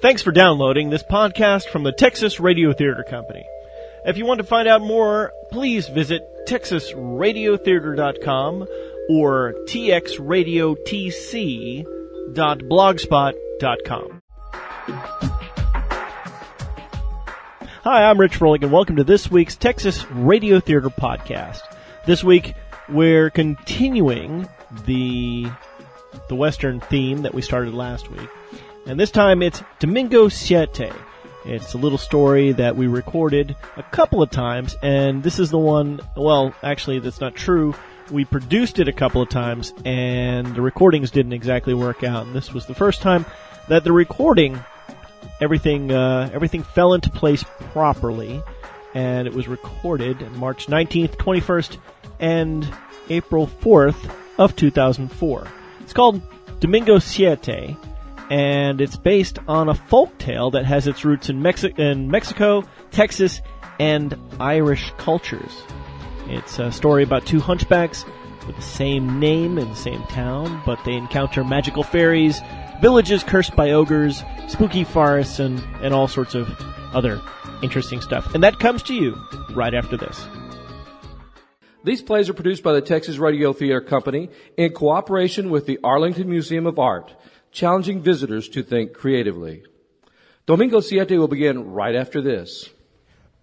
Thanks for downloading this podcast from the Texas Radio Theater Company. If you want to find out more, please visit texasradiotheater.com or txradiotc.blogspot.com. Hi, I'm Rich Froelich, and welcome to this week's Texas Radio Theater Podcast. This week, we're continuing the the Western theme that we started last week. And this time it's Domingo Siete. It's a little story that we recorded a couple of times, and this is the one, well, actually, that's not true. We produced it a couple of times, and the recordings didn't exactly work out. And this was the first time that the recording, everything, uh, everything fell into place properly, and it was recorded March 19th, 21st, and April 4th of 2004. It's called Domingo Siete, and it's based on a folk tale that has its roots in, Mexi- in Mexico, Texas, and Irish cultures. It's a story about two hunchbacks with the same name and same town, but they encounter magical fairies, villages cursed by ogres, spooky forests, and, and all sorts of other interesting stuff. And that comes to you right after this. These plays are produced by the Texas Radio Theater Company in cooperation with the Arlington Museum of Art, challenging visitors to think creatively. Domingo Siete will begin right after this.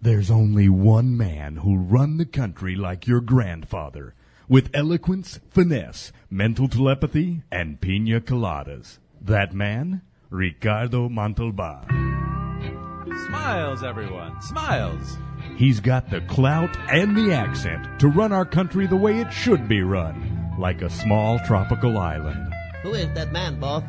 There's only one man who'll run the country like your grandfather, with eloquence, finesse, mental telepathy, and pina coladas. That man, Ricardo Montalban. Smiles, everyone. Smiles. He's got the clout and the accent to run our country the way it should be run, like a small tropical island. Who is that man, boss?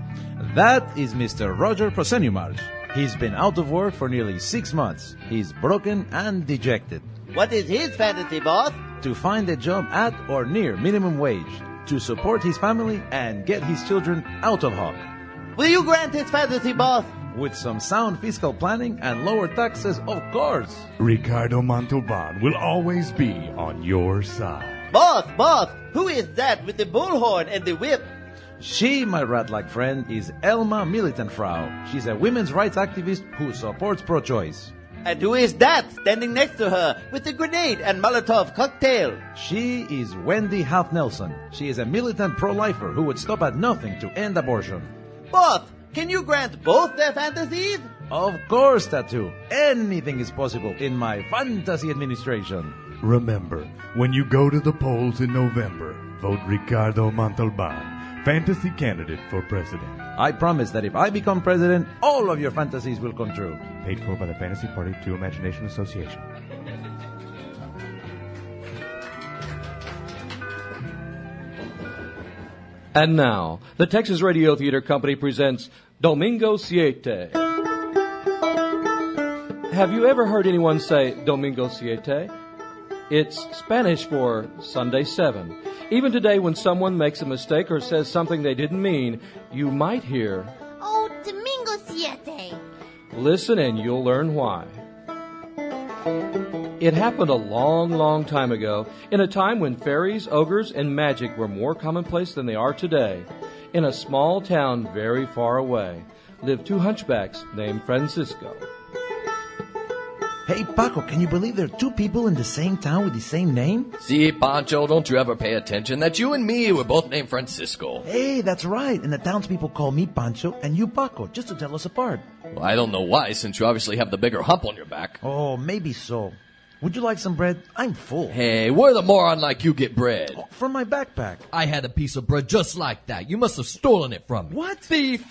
That is Mr. Roger Prosenumarch. He's been out of work for nearly six months. He's broken and dejected. What is his fantasy, boss? To find a job at or near minimum wage. To support his family and get his children out of hock. Will you grant his fantasy, boss? With some sound fiscal planning and lower taxes, of course. Ricardo Montalban will always be on your side. Boss, boss, who is that with the bullhorn and the whip? She, my rat-like friend, is Elma Militanfrau. She's a women's rights activist who supports pro-choice. And who is that standing next to her with the grenade and Molotov cocktail? She is Wendy Half Nelson. She is a militant pro-lifer who would stop at nothing to end abortion. Boss, can you grant both their fantasies? Of course, Tattoo. Anything is possible in my fantasy administration. Remember, when you go to the polls in November, vote Ricardo Montalban, fantasy candidate for president. I promise that if I become president, all of your fantasies will come true. Paid for by the Fantasy Party to Imagination Association. And now, the Texas Radio Theater Company presents Domingo Siete. Have you ever heard anyone say Domingo Siete? It's Spanish for Sunday 7. Even today, when someone makes a mistake or says something they didn't mean, you might hear, Oh, Domingo Siete. Listen and you'll learn why. It happened a long, long time ago, in a time when fairies, ogres, and magic were more commonplace than they are today. In a small town very far away lived two hunchbacks named Francisco. Hey, Paco, can you believe there are two people in the same town with the same name? See, Pancho, don't you ever pay attention that you and me were both named Francisco. Hey, that's right. And the townspeople call me Pancho and you Paco, just to tell us apart. Well, I don't know why, since you obviously have the bigger hump on your back. Oh, maybe so. Would you like some bread? I'm full. Hey, where the moron like you get bread? Oh, From my backpack. I had a piece of bread just like that. You must have stolen it from me. What? Thief!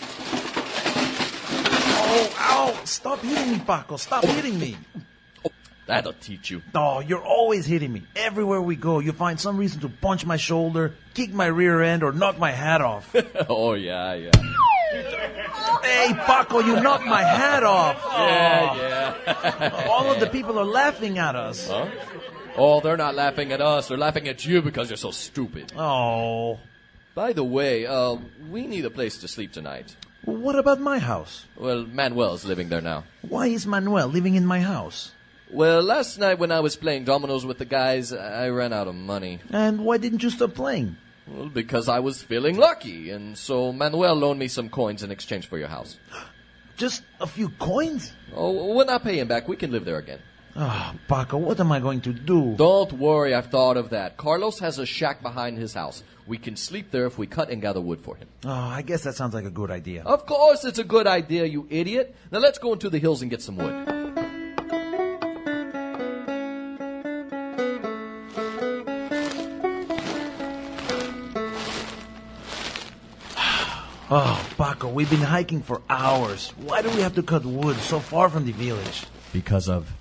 Oh, ow! Stop hitting me, Paco. Stop hitting me. That'll teach you. Oh, you're always hitting me. Everywhere we go, you find some reason to punch my shoulder, kick my rear end, or knock my hat off. Oh, yeah, yeah. hey, Paco, you knocked my hat off. Yeah, yeah. All of the people are laughing at us. Huh? Oh, they're not laughing at us. They're laughing at you because you're so stupid. Oh. By the way, uh, we need a place to sleep tonight. What about my house? Well, Manuel's living there now. Why is Manuel living in my house? Well, last night when I was playing dominoes with the guys, I ran out of money. And why didn't you stop playing? Well, because I was feeling lucky, and so Manuel loaned me some coins in exchange for your house. Just a few coins? Oh, we're not paying back. We can live there again. Ah, Paco, what am I going to do? Don't worry, I've thought of that. Carlos has a shack behind his house. We can sleep there if we cut and gather wood for him. Oh, I guess that sounds like a good idea. Of course, it's a good idea, you idiot. Now let's go into the hills and get some wood. Oh, Paco, we've been hiking for hours. Why do we have to cut wood so far from the village? Because of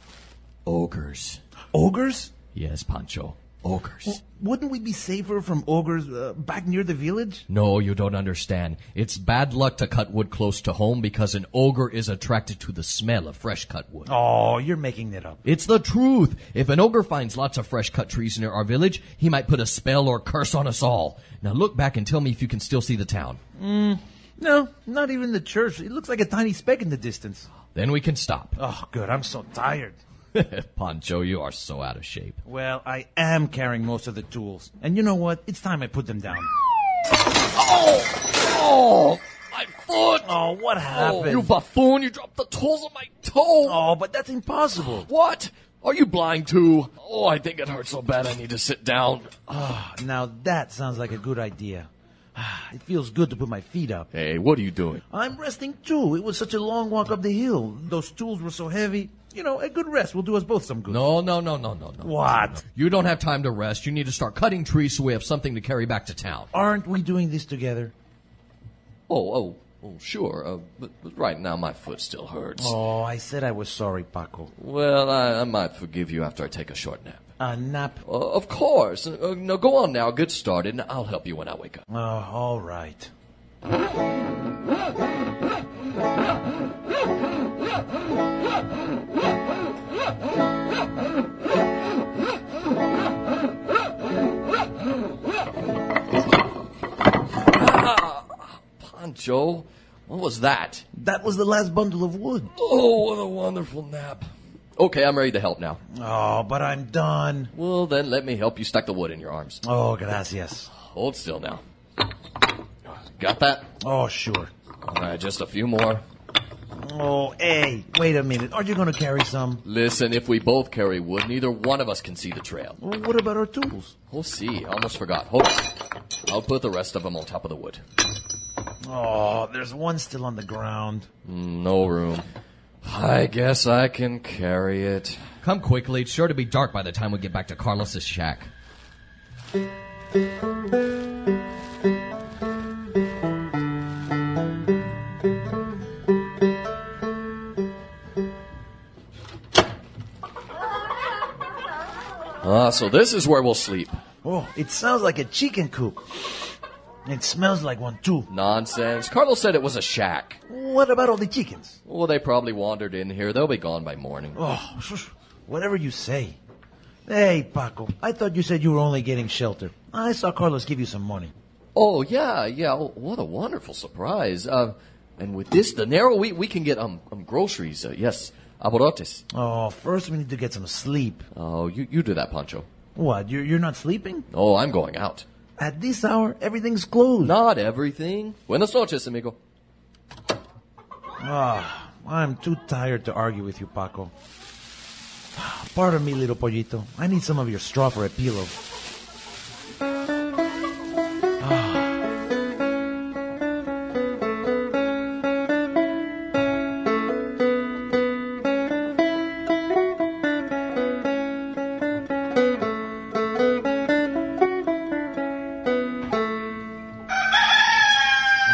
ogres. Ogres? Yes, Pancho. Ogres. Wouldn't we be safer from ogres uh, back near the village? No, you don't understand. It's bad luck to cut wood close to home because an ogre is attracted to the smell of fresh cut wood. Oh, you're making it up. It's the truth. If an ogre finds lots of fresh cut trees near our village, he might put a spell or curse on us all. Now look back and tell me if you can still see the town. Mm, No, not even the church. It looks like a tiny speck in the distance. Then we can stop. Oh, good. I'm so tired. Pancho, you are so out of shape. Well, I am carrying most of the tools. And you know what? It's time I put them down. Oh, my foot! Oh, what happened? you buffoon! You dropped the tools on my toe! oh, but that's impossible. What? Are you blind too? Oh, I think it hurts so bad I need to sit down. Ah, Now that sounds like a good idea. Ah, It feels good to put my feet up. Hey, what are you doing? I'm resting too. It was such a long walk up the hill. Those tools were so heavy. You know, a good rest will do us both some good. No, no, no, no, no, no. What? You don't have time to rest. You need to start cutting trees so we have something to carry back to town. Aren't we doing this together? Oh, oh, oh sure. Uh, but, but right now my foot still hurts. Oh, I said I was sorry, Paco. Well, I, I might forgive you after I take a short nap. A nap. Uh, of course. Uh, uh, now go on now, get started, and I'll help you when I wake up. Oh, all right. Pancho, what was that? That was the last bundle of wood. Oh, what a wonderful nap. Okay, I'm ready to help now. Oh, but I'm done. Well, then let me help you stack the wood in your arms. Oh, gracias. Hold still now. Got that? Oh, sure. All right, just a few more. Oh, hey, wait a minute. Aren't you going to carry some? Listen, if we both carry wood, neither one of us can see the trail. Well, what about our tools? We'll see. I almost forgot. Hold on. I'll put the rest of them on top of the wood. Oh, there's one still on the ground. No room. I guess I can carry it. Come quickly. It's sure to be dark by the time we get back to Carlos's shack. Ah, so this is where we'll sleep. Oh, it sounds like a chicken coop. It smells like one too. Nonsense. Carlos said it was a shack. What about all the chickens? Well, they probably wandered in here. They'll be gone by morning. Oh, shush. whatever you say. Hey, Paco, I thought you said you were only getting shelter. I saw Carlos give you some money. Oh, yeah, yeah. Oh, What a wonderful surprise. Uh, and with this dinero, we, we can get um, um groceries. Uh, yes, aborotes. Oh, first we need to get some sleep. Oh, you, you do that, Pancho. What, you're, you're not sleeping? Oh, I'm going out. At this hour, everything's closed. Not everything. Buenas noches, amigo. Ah, I'm too tired to argue with you, Paco. Pardon me, little pollito. I need some of your straw for a pillow.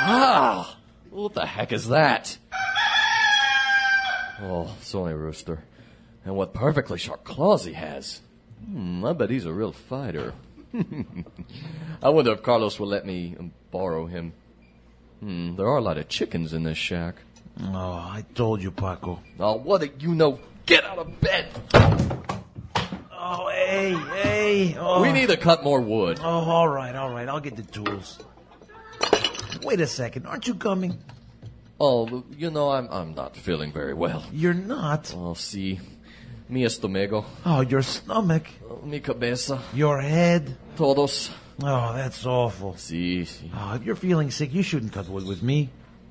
Ah! What the heck is that? Oh, it's only a rooster. And what perfectly sharp claws he has. Hmm, I bet he's a real fighter. I wonder if Carlos will let me um, borrow him. Hmm, there are a lot of chickens in this shack. Oh, I told you, Paco. Oh, what do you know? Get out of bed! Oh, hey, hey. Oh, We need to cut more wood. oh all right, all right. I'll get the tools. Wait a second. Aren't you coming? Oh, you know, I'm, I'm not feeling very well. You're not. I'll see. Mi estómago, Oh, your stomach. mi cabeza, Your head. todos. Oh, that's awful. Sí, sí. Oh, if you're feeling sick, you shouldn't cut wood with me.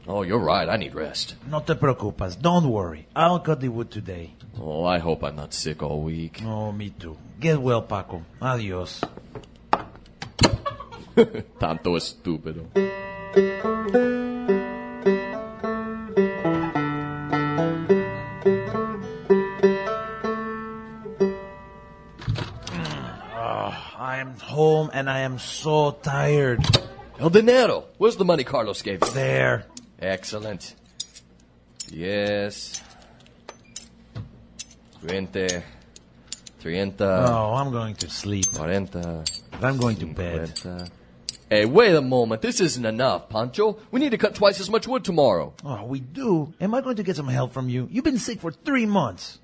Oh, you're right. I need rest. No te preocupas. Don't worry. I'll cut the wood today. Oh, I hope I'm not sick all week. Oh, me too. Get well, Paco. Adios. Tanto estúpido. Ah, I am home and I am so tired. El dinero. Where's the money Carlos gave you? There. Excellent. Yes. Veinte. Treinta. Oh, I'm going to sleep. Cuarenta. I'm going to bed. Cincuenta. Hey, wait a moment. This isn't enough, Pancho. We need to cut twice as much wood tomorrow. Oh, we do. Am I going to get some help from you? You've been sick for three months.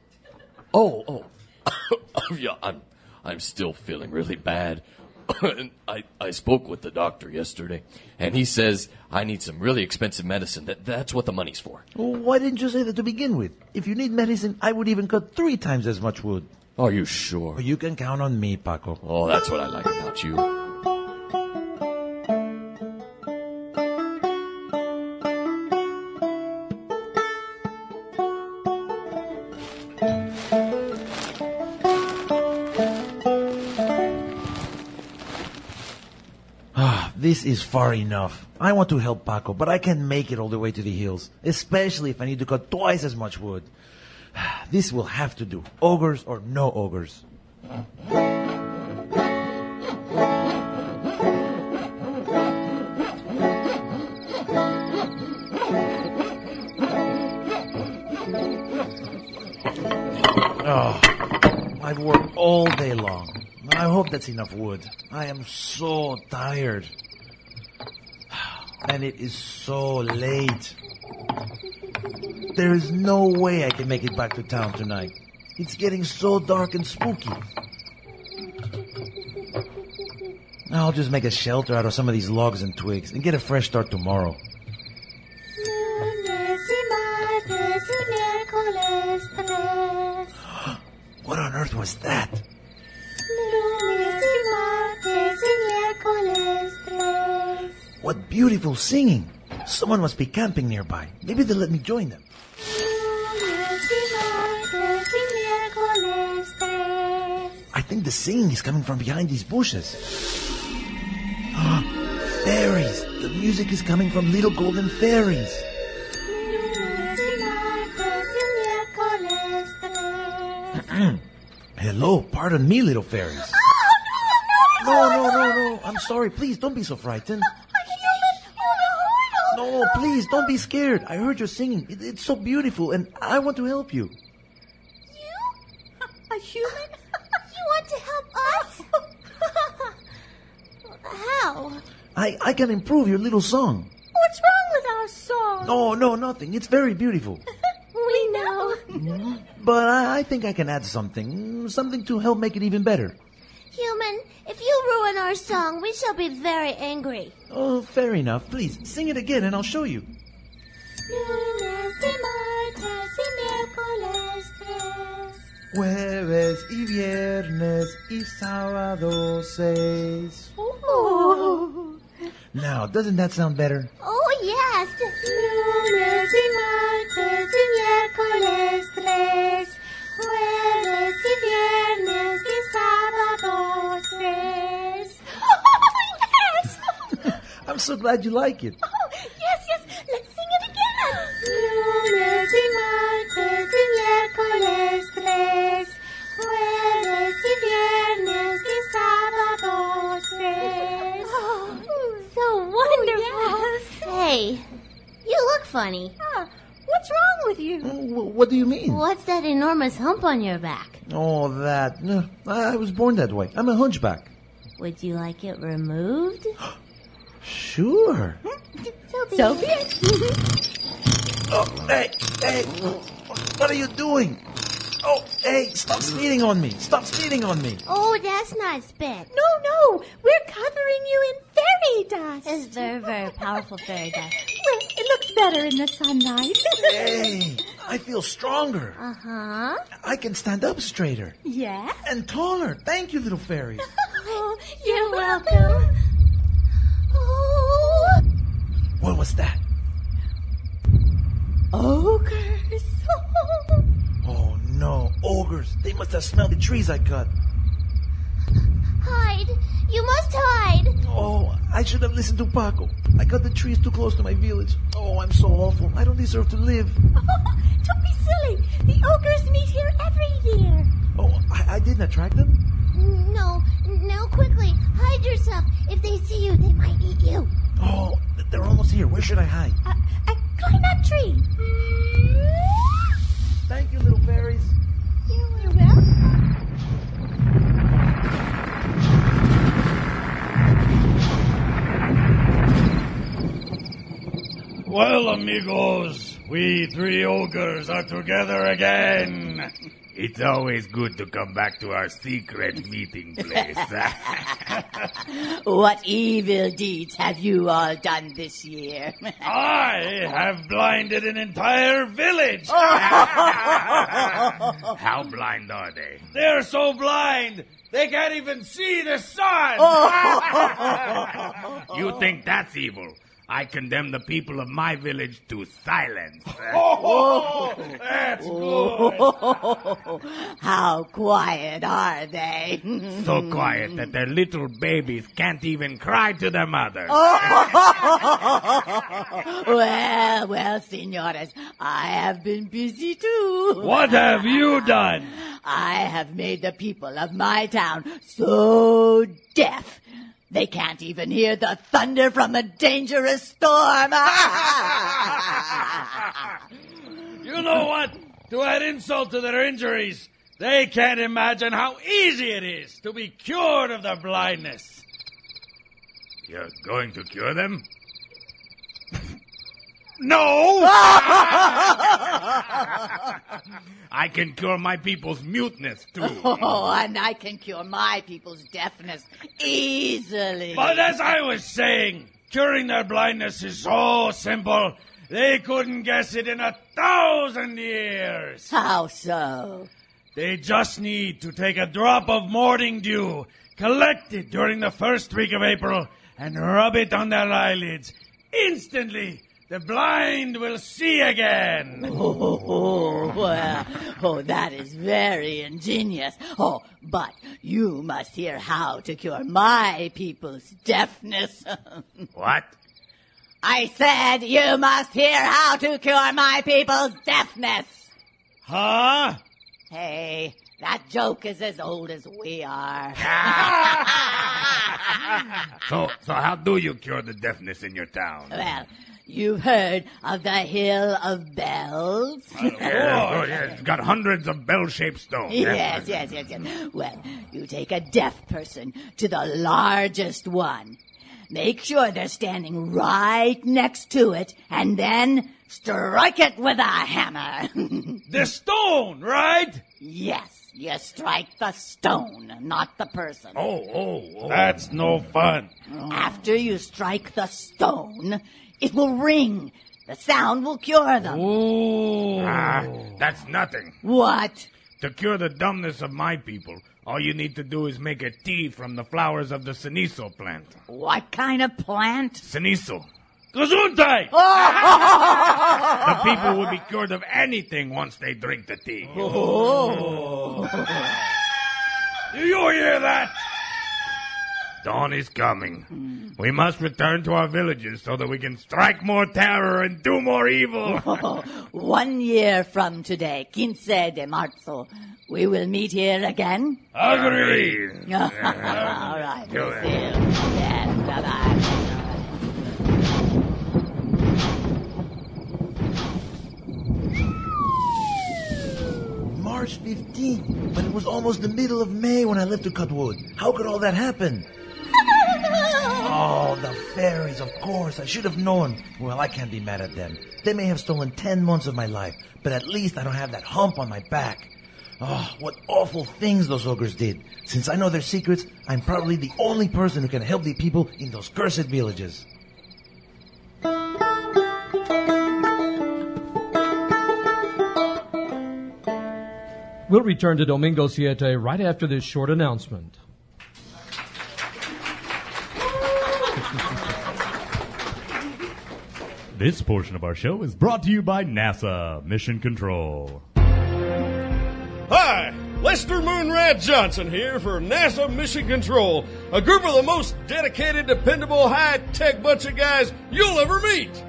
Oh, oh. Oh, yeah, I'm, I'm still feeling really bad. And I, I spoke with the doctor yesterday, and he says I need some really expensive medicine. That, that's what the money's for. Well, why didn't you say that to begin with? If you need medicine, I would even cut three times as much wood. Are you sure? But you can count on me, Paco. Oh, that's what I like about you. Ah, This is far enough. I want to help Paco, but I can't make it all the way to the hills, especially if I need to cut twice as much wood. This will have to do. Ogres or no ogres. Oh, I've worked all day long. I hope that's enough wood. I am so tired. And it is so late. There is no way I can make it back to town tonight. It's getting so dark and spooky. I'll just make a shelter out of some of these logs and twigs and get a fresh start tomorrow. Lunes y martes y miércoles tres. What on earth was that? Lunes y martes y miércoles tres. What beautiful singing! Someone must be camping nearby. Maybe they'll let me join them. Lunes y martes y miércoles tres. I think the singing is coming from behind these bushes. Ah, fairies! The music is coming from little golden fairies. Oh, Lunes y martes y miércoles tres. Hello, pardon me, little fairies. No, no, no, no. I'm sorry. Please don't be so frightened. No, please don't be scared. I heard your singing. It, it's so beautiful, and I want to help you. A human? You want to help us? How? I, I can improve your little song. What's wrong with our song? No, no, nothing. It's very beautiful. We know. But I, I think I can add something. Something to help make it even better. Human, if you ruin our song, we shall be very angry. Oh, fair enough. Please, sing it again and I'll show you. Lunes y martes y miércoles tres. Jueves y viernes y sábado seis. Oh, Now, doesn't that sound better? yes. Lunes y martes y miércoles tres. Jueves y viernes y sábado tres. Oh, yes! I'm so glad you like it. Oh, yes, yes. Let's sing it again. Lunes y martes y miércoles tres. Jueves y viernes y sábado tres. so wonderful. Hey, you look funny. what's wrong with you? Oh, Wh- What do you mean? What's that enormous hump on your back? Oh, that. No, I I was born that way. I'm a hunchback. Would you like it removed? Sure. So be it. Oh, hey, hey. What are you doing? Oh, hey, stop spitting on me. Stop spitting on me. Oh, that's not spit. No, no, we're covering you in fairy dust. It's very, very powerful fairy dust. Well, it looks better in the sunlight. Hey, I feel stronger. Uh huh. I can stand up straighter yeah? and taller. Thank you, little fairies. Oh, You're welcome. Oh, What was that? Ogres. Oh no, ogres! They must have smelled the trees I cut. Hide! You must hide! Oh, I should have listened to Paco. I cut the trees too close to my village. Oh, I'm so awful. I don't deserve to live. Don't be silly. The ogres meet here every year. Oh, I, I didn't attract them? No, now quickly, hide yourself. If they see you, they might eat you. Oh, they're almost here. Where should I hide? Uh, uh, climb that tree. Thank you, little fairies. You are welcome. Well, amigos, we three ogres are together again. It's always good to come back to our secret meeting place. What evil deeds have you all done this year? I have blinded an entire village. How blind are they? They're so blind. They can't even see the sun. you think that's evil? I condemn the people of my village to silence. Oh, that's good. How quiet are they? So quiet that their little babies can't even cry to their mothers. Oh. well, well, senores, I have been busy too. What have you done? I have made the people of my town so deaf. They can't even hear the thunder from a dangerous storm. You know what? To add insult to their injuries, they can't imagine how easy it is to be cured of their blindness. You're going to cure them? No! I can cure my people's muteness too. oh, and I can cure my people's deafness easily. But as I was saying, curing their blindness is so simple, they couldn't guess it in a thousand years. How so? They just need to take a drop of morning dew, collect it during the first week of April, and rub it on their eyelids. Instantly, the blind will see again. Oh, well, oh, that is very ingenious. Oh, but you must hear how to cure my people's deafness. What? I said you must hear how to cure my people's deafness. Huh? Hey, that joke is as old as we are. So, so how do you cure the deafness in your town? well, you've heard of the Hill of Bells? Yeah, oh, yeah, it's got hundreds of bell-shaped stones. Yes, yes, yes, yes. Well, you take a deaf person to the largest one. Make sure they're standing right next to it, and then strike it with a hammer. The stone, right? yes, you strike the stone, not the person. Uh, Oh, oh, oh. That's no fun. After you strike the stone, it will ring. The sound will cure them. Oh. Ah, that's nothing. What? To cure the dumbness of my people, all you need to do is make a tea from the flowers of the cenizo plant. What kind of plant? Oh. Cenizo. Gesundheit! the people will be cured of anything once they drink the tea. Oh. do you hear that? Dawn is coming. We must return to our villages so that we can strike more terror and do more evil. One year from today, Quince de marzo, we will meet here again. Agreed. All right. Do we'll it. see you. Yes, bye-bye. March 15th, but it was almost the middle of May when I left to cut wood. How could all that happen? Oh, the fairies, of course. I should have known. Well, I can't be mad at them. They may have stolen 10 months of my life, but at least I don't have that hump on my back. Oh, what awful things those ogres did. Since I know their secrets, I'm probably the only person who can help the people in those cursed villages. We'll return to Domingo Siete right after this short announcement. This portion of our show is brought to you by NASA Mission Control. Hi, Lester Moon Rat Johnson here for NASA Mission Control, a group of the most dedicated, dependable, high tech bunch of guys you'll ever meet.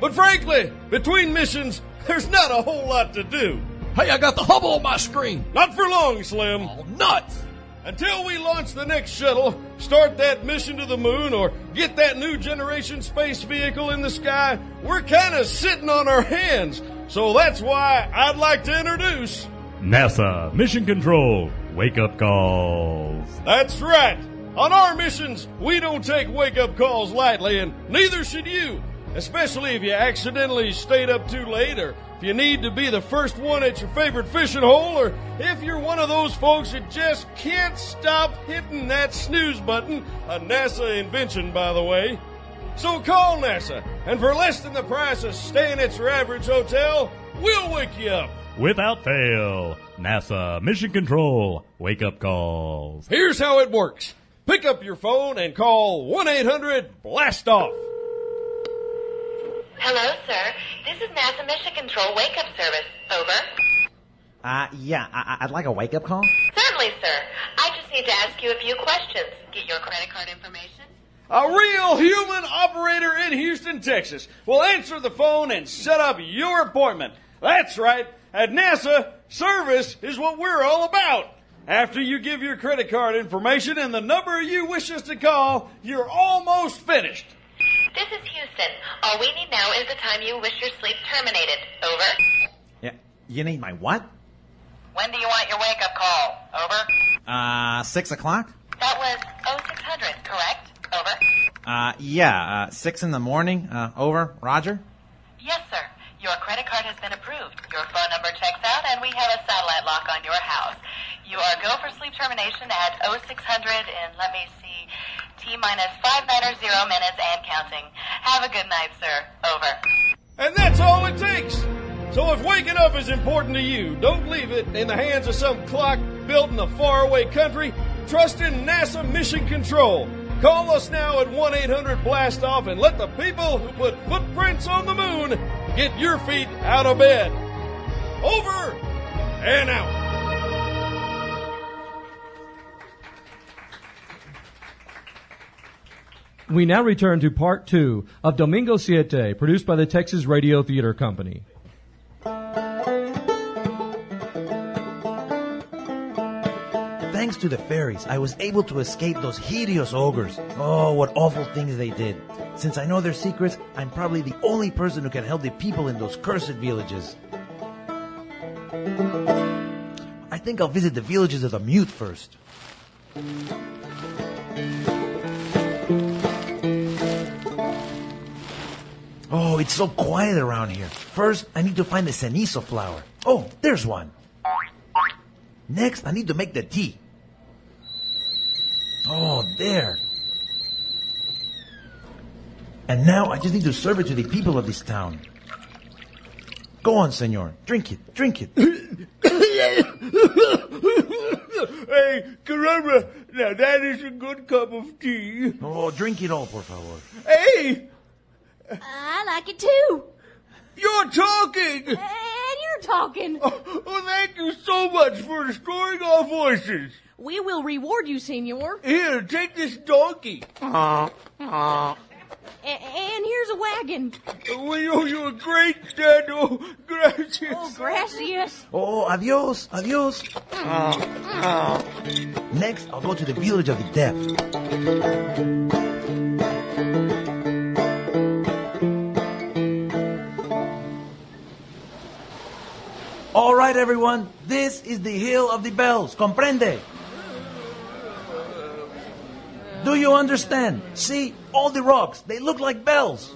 But frankly, between missions, there's not a whole lot to do. Hey, I got the Hubble on my screen. Not for long, Slim. Oh, nuts! Until we launch the next shuttle, start that mission to the moon, or get that new generation space vehicle in the sky, we're kind of sitting on our hands. So that's why I'd like to introduce NASA Mission Control Wake Up Calls. That's right. On our missions, we don't take wake up calls lightly, and neither should you. Especially if you accidentally stayed up too late, or if you need to be the first one at your favorite fishing hole, or if you're one of those folks that just can't stop hitting that snooze button, a NASA invention, by the way. So call NASA, and for less than the price of staying at your average hotel, we'll wake you up. Without fail, NASA Mission Control Wake Up Calls. Here's how it works pick up your phone and call 1 800 Blast Off. Hello, sir. This is NASA Mission Control Wake Up Service. Over. Uh, yeah, I- I- I'd like a wake up call. Certainly, sir. I just need to ask you a few questions. Get your credit card information. A real human operator in Houston, Texas will answer the phone and set up your appointment. That's right. At NASA, service is what we're all about. After you give your credit card information and the number you wish us to call, you're almost finished. This is Houston. All we need now is the time you wish your sleep terminated. Over. Yeah, you need my what? When do you want your wake up call? Over. Uh, six o'clock? That was 0600, correct? Over. Uh, yeah, uh, six in the morning. Uh, over. Roger? Yes, sir. Your credit card has been approved. Your phone number checks out, and we have a satellite lock on your house. You are go for sleep termination at 0600 and let me see, T minus 590 minutes and counting. Have a good night, sir. Over. And that's all it takes. So if waking up is important to you, don't leave it in the hands of some clock built in a faraway country. Trust in NASA Mission Control. Call us now at 1 800 Blast Off and let the people who put footprints on the moon get your feet out of bed. Over and out. We now return to part two of Domingo Siete, produced by the Texas Radio Theater Company. Thanks to the fairies, I was able to escape those hideous ogres. Oh, what awful things they did. Since I know their secrets, I'm probably the only person who can help the people in those cursed villages. I think I'll visit the villages of the mute first. Oh, it's so quiet around here. First, I need to find the cenizo flower. Oh, there's one. Next, I need to make the tea. Oh, there. And now I just need to serve it to the people of this town. Go on, senor. Drink it. Drink it. hey, Caramba, now that is a good cup of tea. Oh, drink it all, por favor. Hey! I like it too. You're talking! And you're talking. Oh, oh, thank you so much for restoring our voices. We will reward you, senor. Here, take this donkey. Ah. A- and here's a wagon. Well, you- you're great, oh, Daniel. Gracias. Oh, gracias. Oh, adios. Adios. Next, I'll go to the village of the deaf. All right, everyone. This is the hill of the bells. Comprende? Do you understand? See, all the rocks, they look like bells.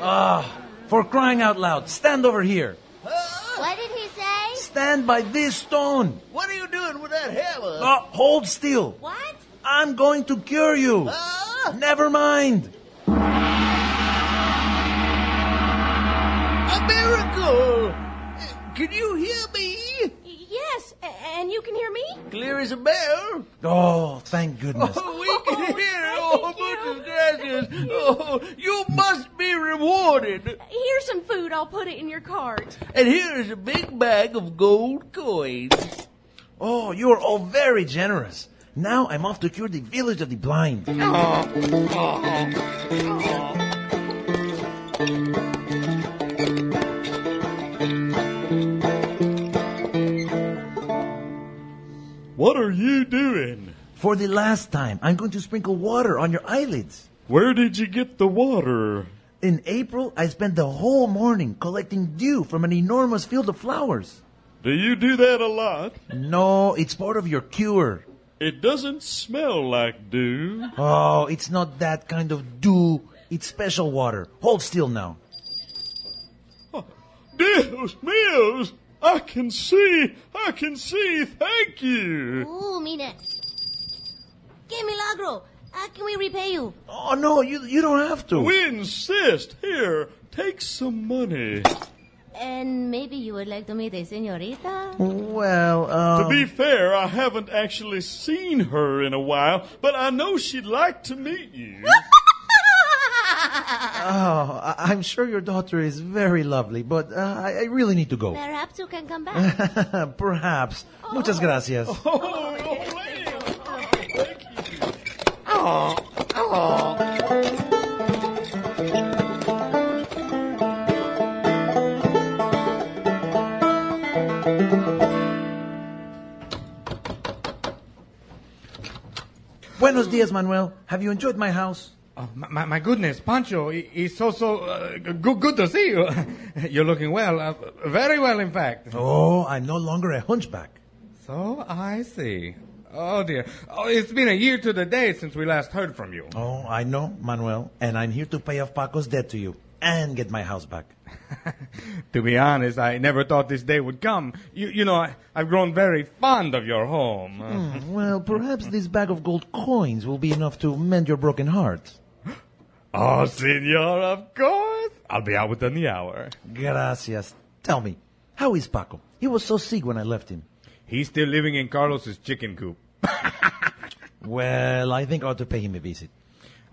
Ah, for crying out loud, stand over here. What did he say? Stand by this stone. What are you doing with that hammer? Ah, hold still. What? I'm going to cure you. Ah. Never mind. A miracle! Can you hear me? Yes, Yes, a- and you can hear me? Clear as a bell. Oh, thank goodness. Oh, we can hear. Oh, muchas gracias. Oh, you must be rewarded. Here's some food. I'll put it in your cart. And here is a big bag of gold coins. Oh, you are all very generous. Now I'm off to cure the village of the blind. Ah. What are you doing? For the last time, I'm going to sprinkle water on your eyelids. Where did you get the water? In April, I spent the whole morning collecting dew from an enormous field of flowers. Do you do that a lot? No, it's part of your cure. It doesn't smell like dew. Oh, it's not that kind of dew. It's special water. Hold still now. Deus meus! I can see! I can see! Thank you! Ooh, Mina. Que milagro. How can we repay you? Oh no, you you don't have to. We insist! Here, take some money. And maybe you would like to meet a senorita? Well, um, To be fair, I haven't actually seen her in a while, but I know she'd like to meet you. Oh, I- I'm sure your daughter is very lovely, but uh, I, I really need to go. Perhaps you can come back. Perhaps. Ah, Oh. Muchas gracias. Buenos dias, Manuel. Have you enjoyed my house? Oh, my, my- my goodness, Pancho, i- it's so, so uh, good, good to see you. You're looking well, uh, very well, in fact. Oh, I'm no longer a hunchback. So I see. Oh, dear. Oh, it's been a year to the day since we last heard from you. Oh, I know, Manuel, and I'm here to pay off Paco's debt to you and get my house back. To be honest, I never thought this day would come. You, you know, I, I've grown very fond of your home. Uh, Hmm, well, perhaps this bag of gold coins will be enough to mend your broken heart. Oh, senor, of course. I'll be out within the hour. Gracias. Tell me, how is Paco? He was so sick when I left him. He's still living in Carlos's chicken coop. Well, I think I ought to pay him a visit.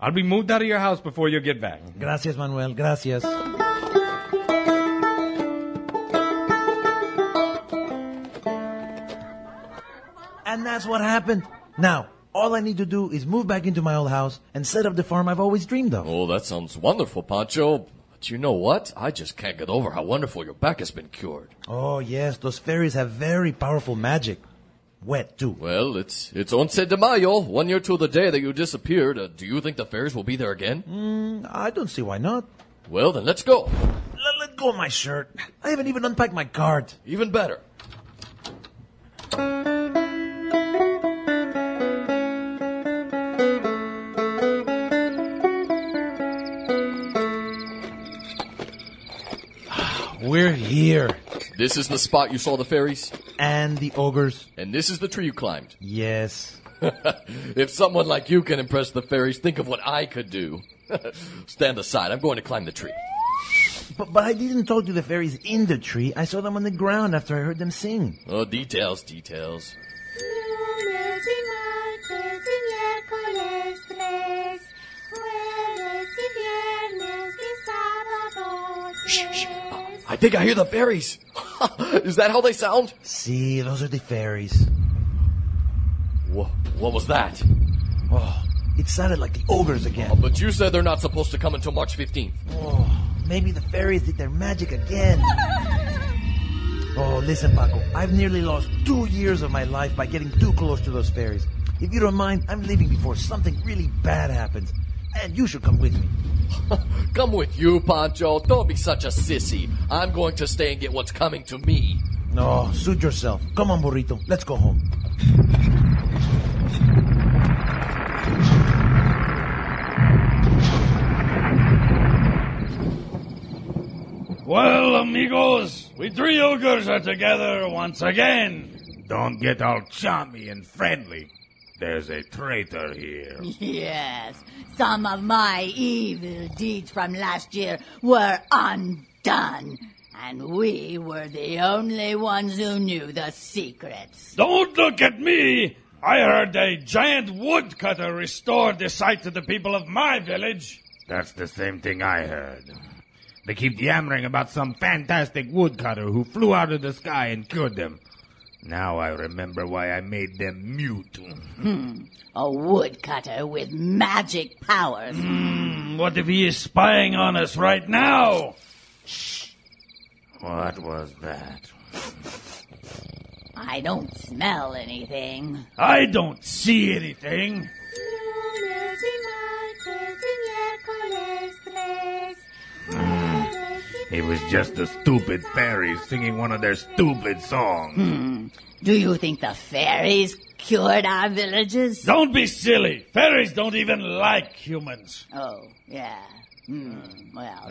I'll be moved out of your house before you get back. Gracias, Manuel. Gracias. And that's what happened. Now, all I need to do is move back into my old house and set up the farm I've always dreamed of. Oh, that sounds wonderful, Pancho. But you know what? I just can't get over how wonderful your back has been cured. Oh, yes, those fairies have very powerful magic. Wet, too. Well, it's it's Once de Mayo, one year to the day that you disappeared. Uh, do you think the fairies will be there again? Mm, I don't see why not. Well, then let's go. Let, let go of my shirt. I haven't even unpacked my cart. Even better. We're here. This is the spot you saw the fairies? And the ogres. And this is the tree you climbed. Yes. if someone like you can impress the fairies, think of what I could do. Stand aside. I'm going to climb the tree. But, but I didn't talk to the fairies in the tree. I saw them on the ground after I heard them sing. Oh, details, details. Lunes y martes y miércoles tres, jueves y viernes y sábados tres. I think I hear the fairies. is that how they sound? See, those are the fairies. Wha what was that? Oh, it sounded like the ogres again. Oh, Oh. But you said they're not supposed to come until March 15th. Maybe the fairies did their magic again. Oh, listen, Paco. I've nearly lost two years of my life by getting too close to those fairies. If you don't mind, I'm leaving before something really bad happens. And you should come with me. Come with you, Pancho. Don't be such a sissy. I'm going to stay and get what's coming to me. No, suit yourself. Come on, burrito. Let's go home. Well, amigos, we three ogres are together once again. Don't get all chummy and friendly. There's a traitor here. Yes, some of my evil deeds from last year were undone. And we were the only ones who knew the secrets. Don't look at me! I heard a giant woodcutter restored the sight to the people of my village. That's the same thing I heard. They keep yammering about some fantastic woodcutter who flew out of the sky and cured them. Now I remember why I made them mute. Hmm. A woodcutter with magic powers. What if he is spying on us right Hmm. now? What was that? I don't smell anything. I don't see anything. Lunes y martes y miércoles tres. Jueves y Mm. It was just the stupid fairies singing one of their stupid songs. Hmm. Do you think the fairies cured our villages? Don't be silly. Fairies don't even like humans. Oh, yeah. Hmm. Well,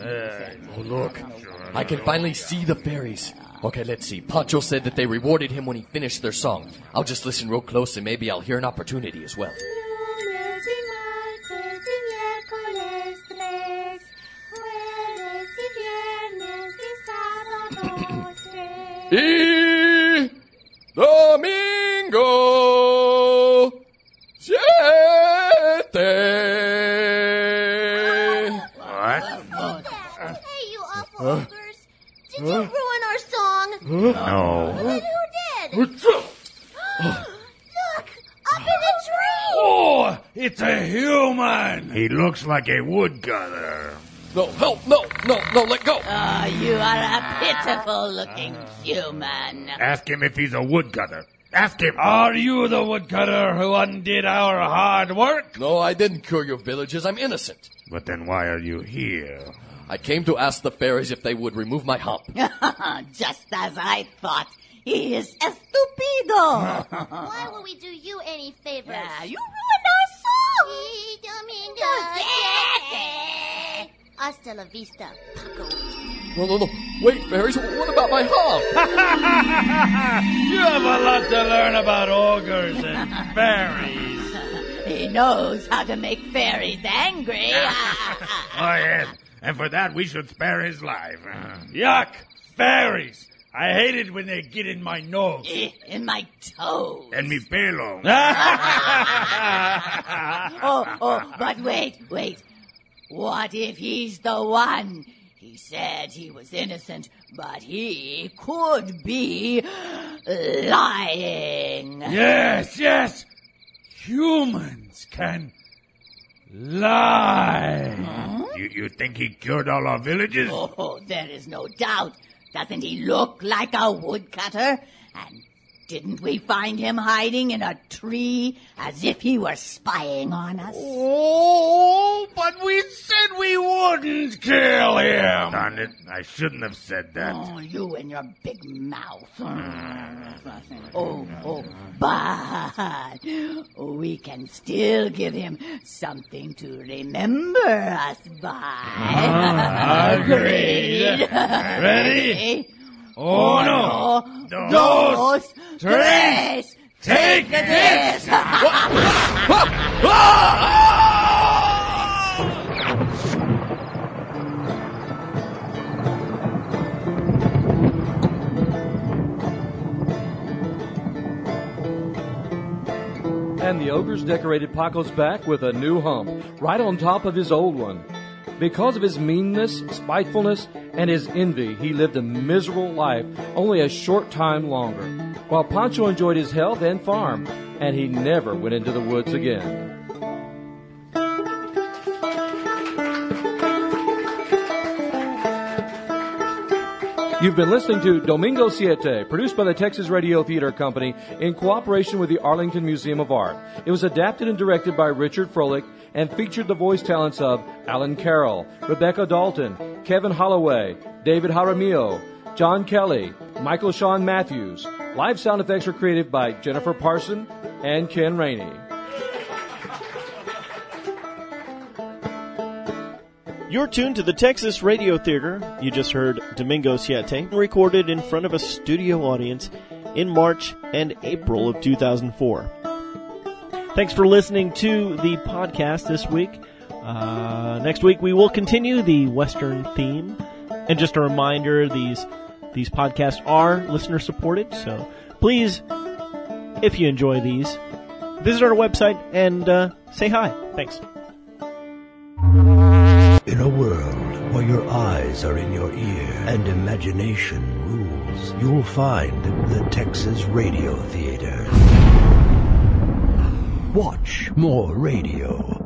Oh, look. I can finally see the fairies. Okay, let's see. Pancho said that they rewarded him when he finished their song. I'll just listen real close and maybe I'll hear an opportunity as well. lunes y martes y miércoles tres. Jueves y viernes y sábado E tres. Domingo Siete. What? Hey, you awful Huh? ogres! Did you ruin our song? No. But who did? Oh. Look! Up in the tree! Oh, it's a human. He looks like a woodcutter. No, help, no, no, no, let go. Ah, you are a pitiful looking human. Ask him if he's a woodcutter. Ask him. Are you the woodcutter who undid our hard work? No, I didn't cure your villages. I'm innocent. But then why are you here? I came to ask the fairies if they would remove my hump. Just as I thought. He is estupido. Why will we do you any favors? Ah, Yeah, you ruined our song! Y Domingo Siete! Hasta la vista, Paco. No, no, no. Wait, fairies, what about my hump? You have a lot to learn about ogres and fairies. he knows how to make fairies angry. Ah, Oh, yes. And for that, we should spare his life. Yuck! Fairies! I hate it when they get in my nose. Eh, In my toe. And me pelo. oh, oh, but wait, wait. What if he's the one? He said he was innocent, but he could be lying. Yes, yes! Humans can lie. You, you think he cured all our villages? Oh, there is no doubt. Doesn't he look like a woodcutter? And didn't we find him hiding in a tree as if he were spying on us? Oh, but we said we wouldn't kill him. Darn it, I shouldn't have said that. Oh, you and your big mouth. Oh, oh, but Oh, we can still give him something to remember us by. Ah, Agreed. Ready? Oh, no. Uno, Dos, tres. Take this! Ah! And the ogres decorated Paco's back with a new hump, right on top of his old one. Because of his meanness, spitefulness, and his envy, he lived a miserable life only a short time longer, while Pancho enjoyed his health and farm, and he never went into the woods again. You've been listening to Domingo Siete, produced by the Texas Radio Theater Company in cooperation with the Arlington Museum of Art. It was adapted and directed by Richard Froelich and featured the voice talents of Alan Carroll, Rebecca Dalton, Kevin Holloway, David Jaramillo, John Kelly, Michael Sean Matthews. Live sound effects were created by Jennifer Parson and Ken Rainey. You're tuned to the Texas Radio Theater. You just heard Domingo Siete, recorded in front of a studio audience in March and April of 2004. Thanks for listening to the podcast this week. Uh, next week we will continue the Western theme And just a reminder, these these podcasts are listener supported, so please, if you enjoy these, visit our website and uh, say hi. Thanks. In a world where your eyes are in your ear and imagination rules, you'll find the Texas Radio Theater. Watch more radio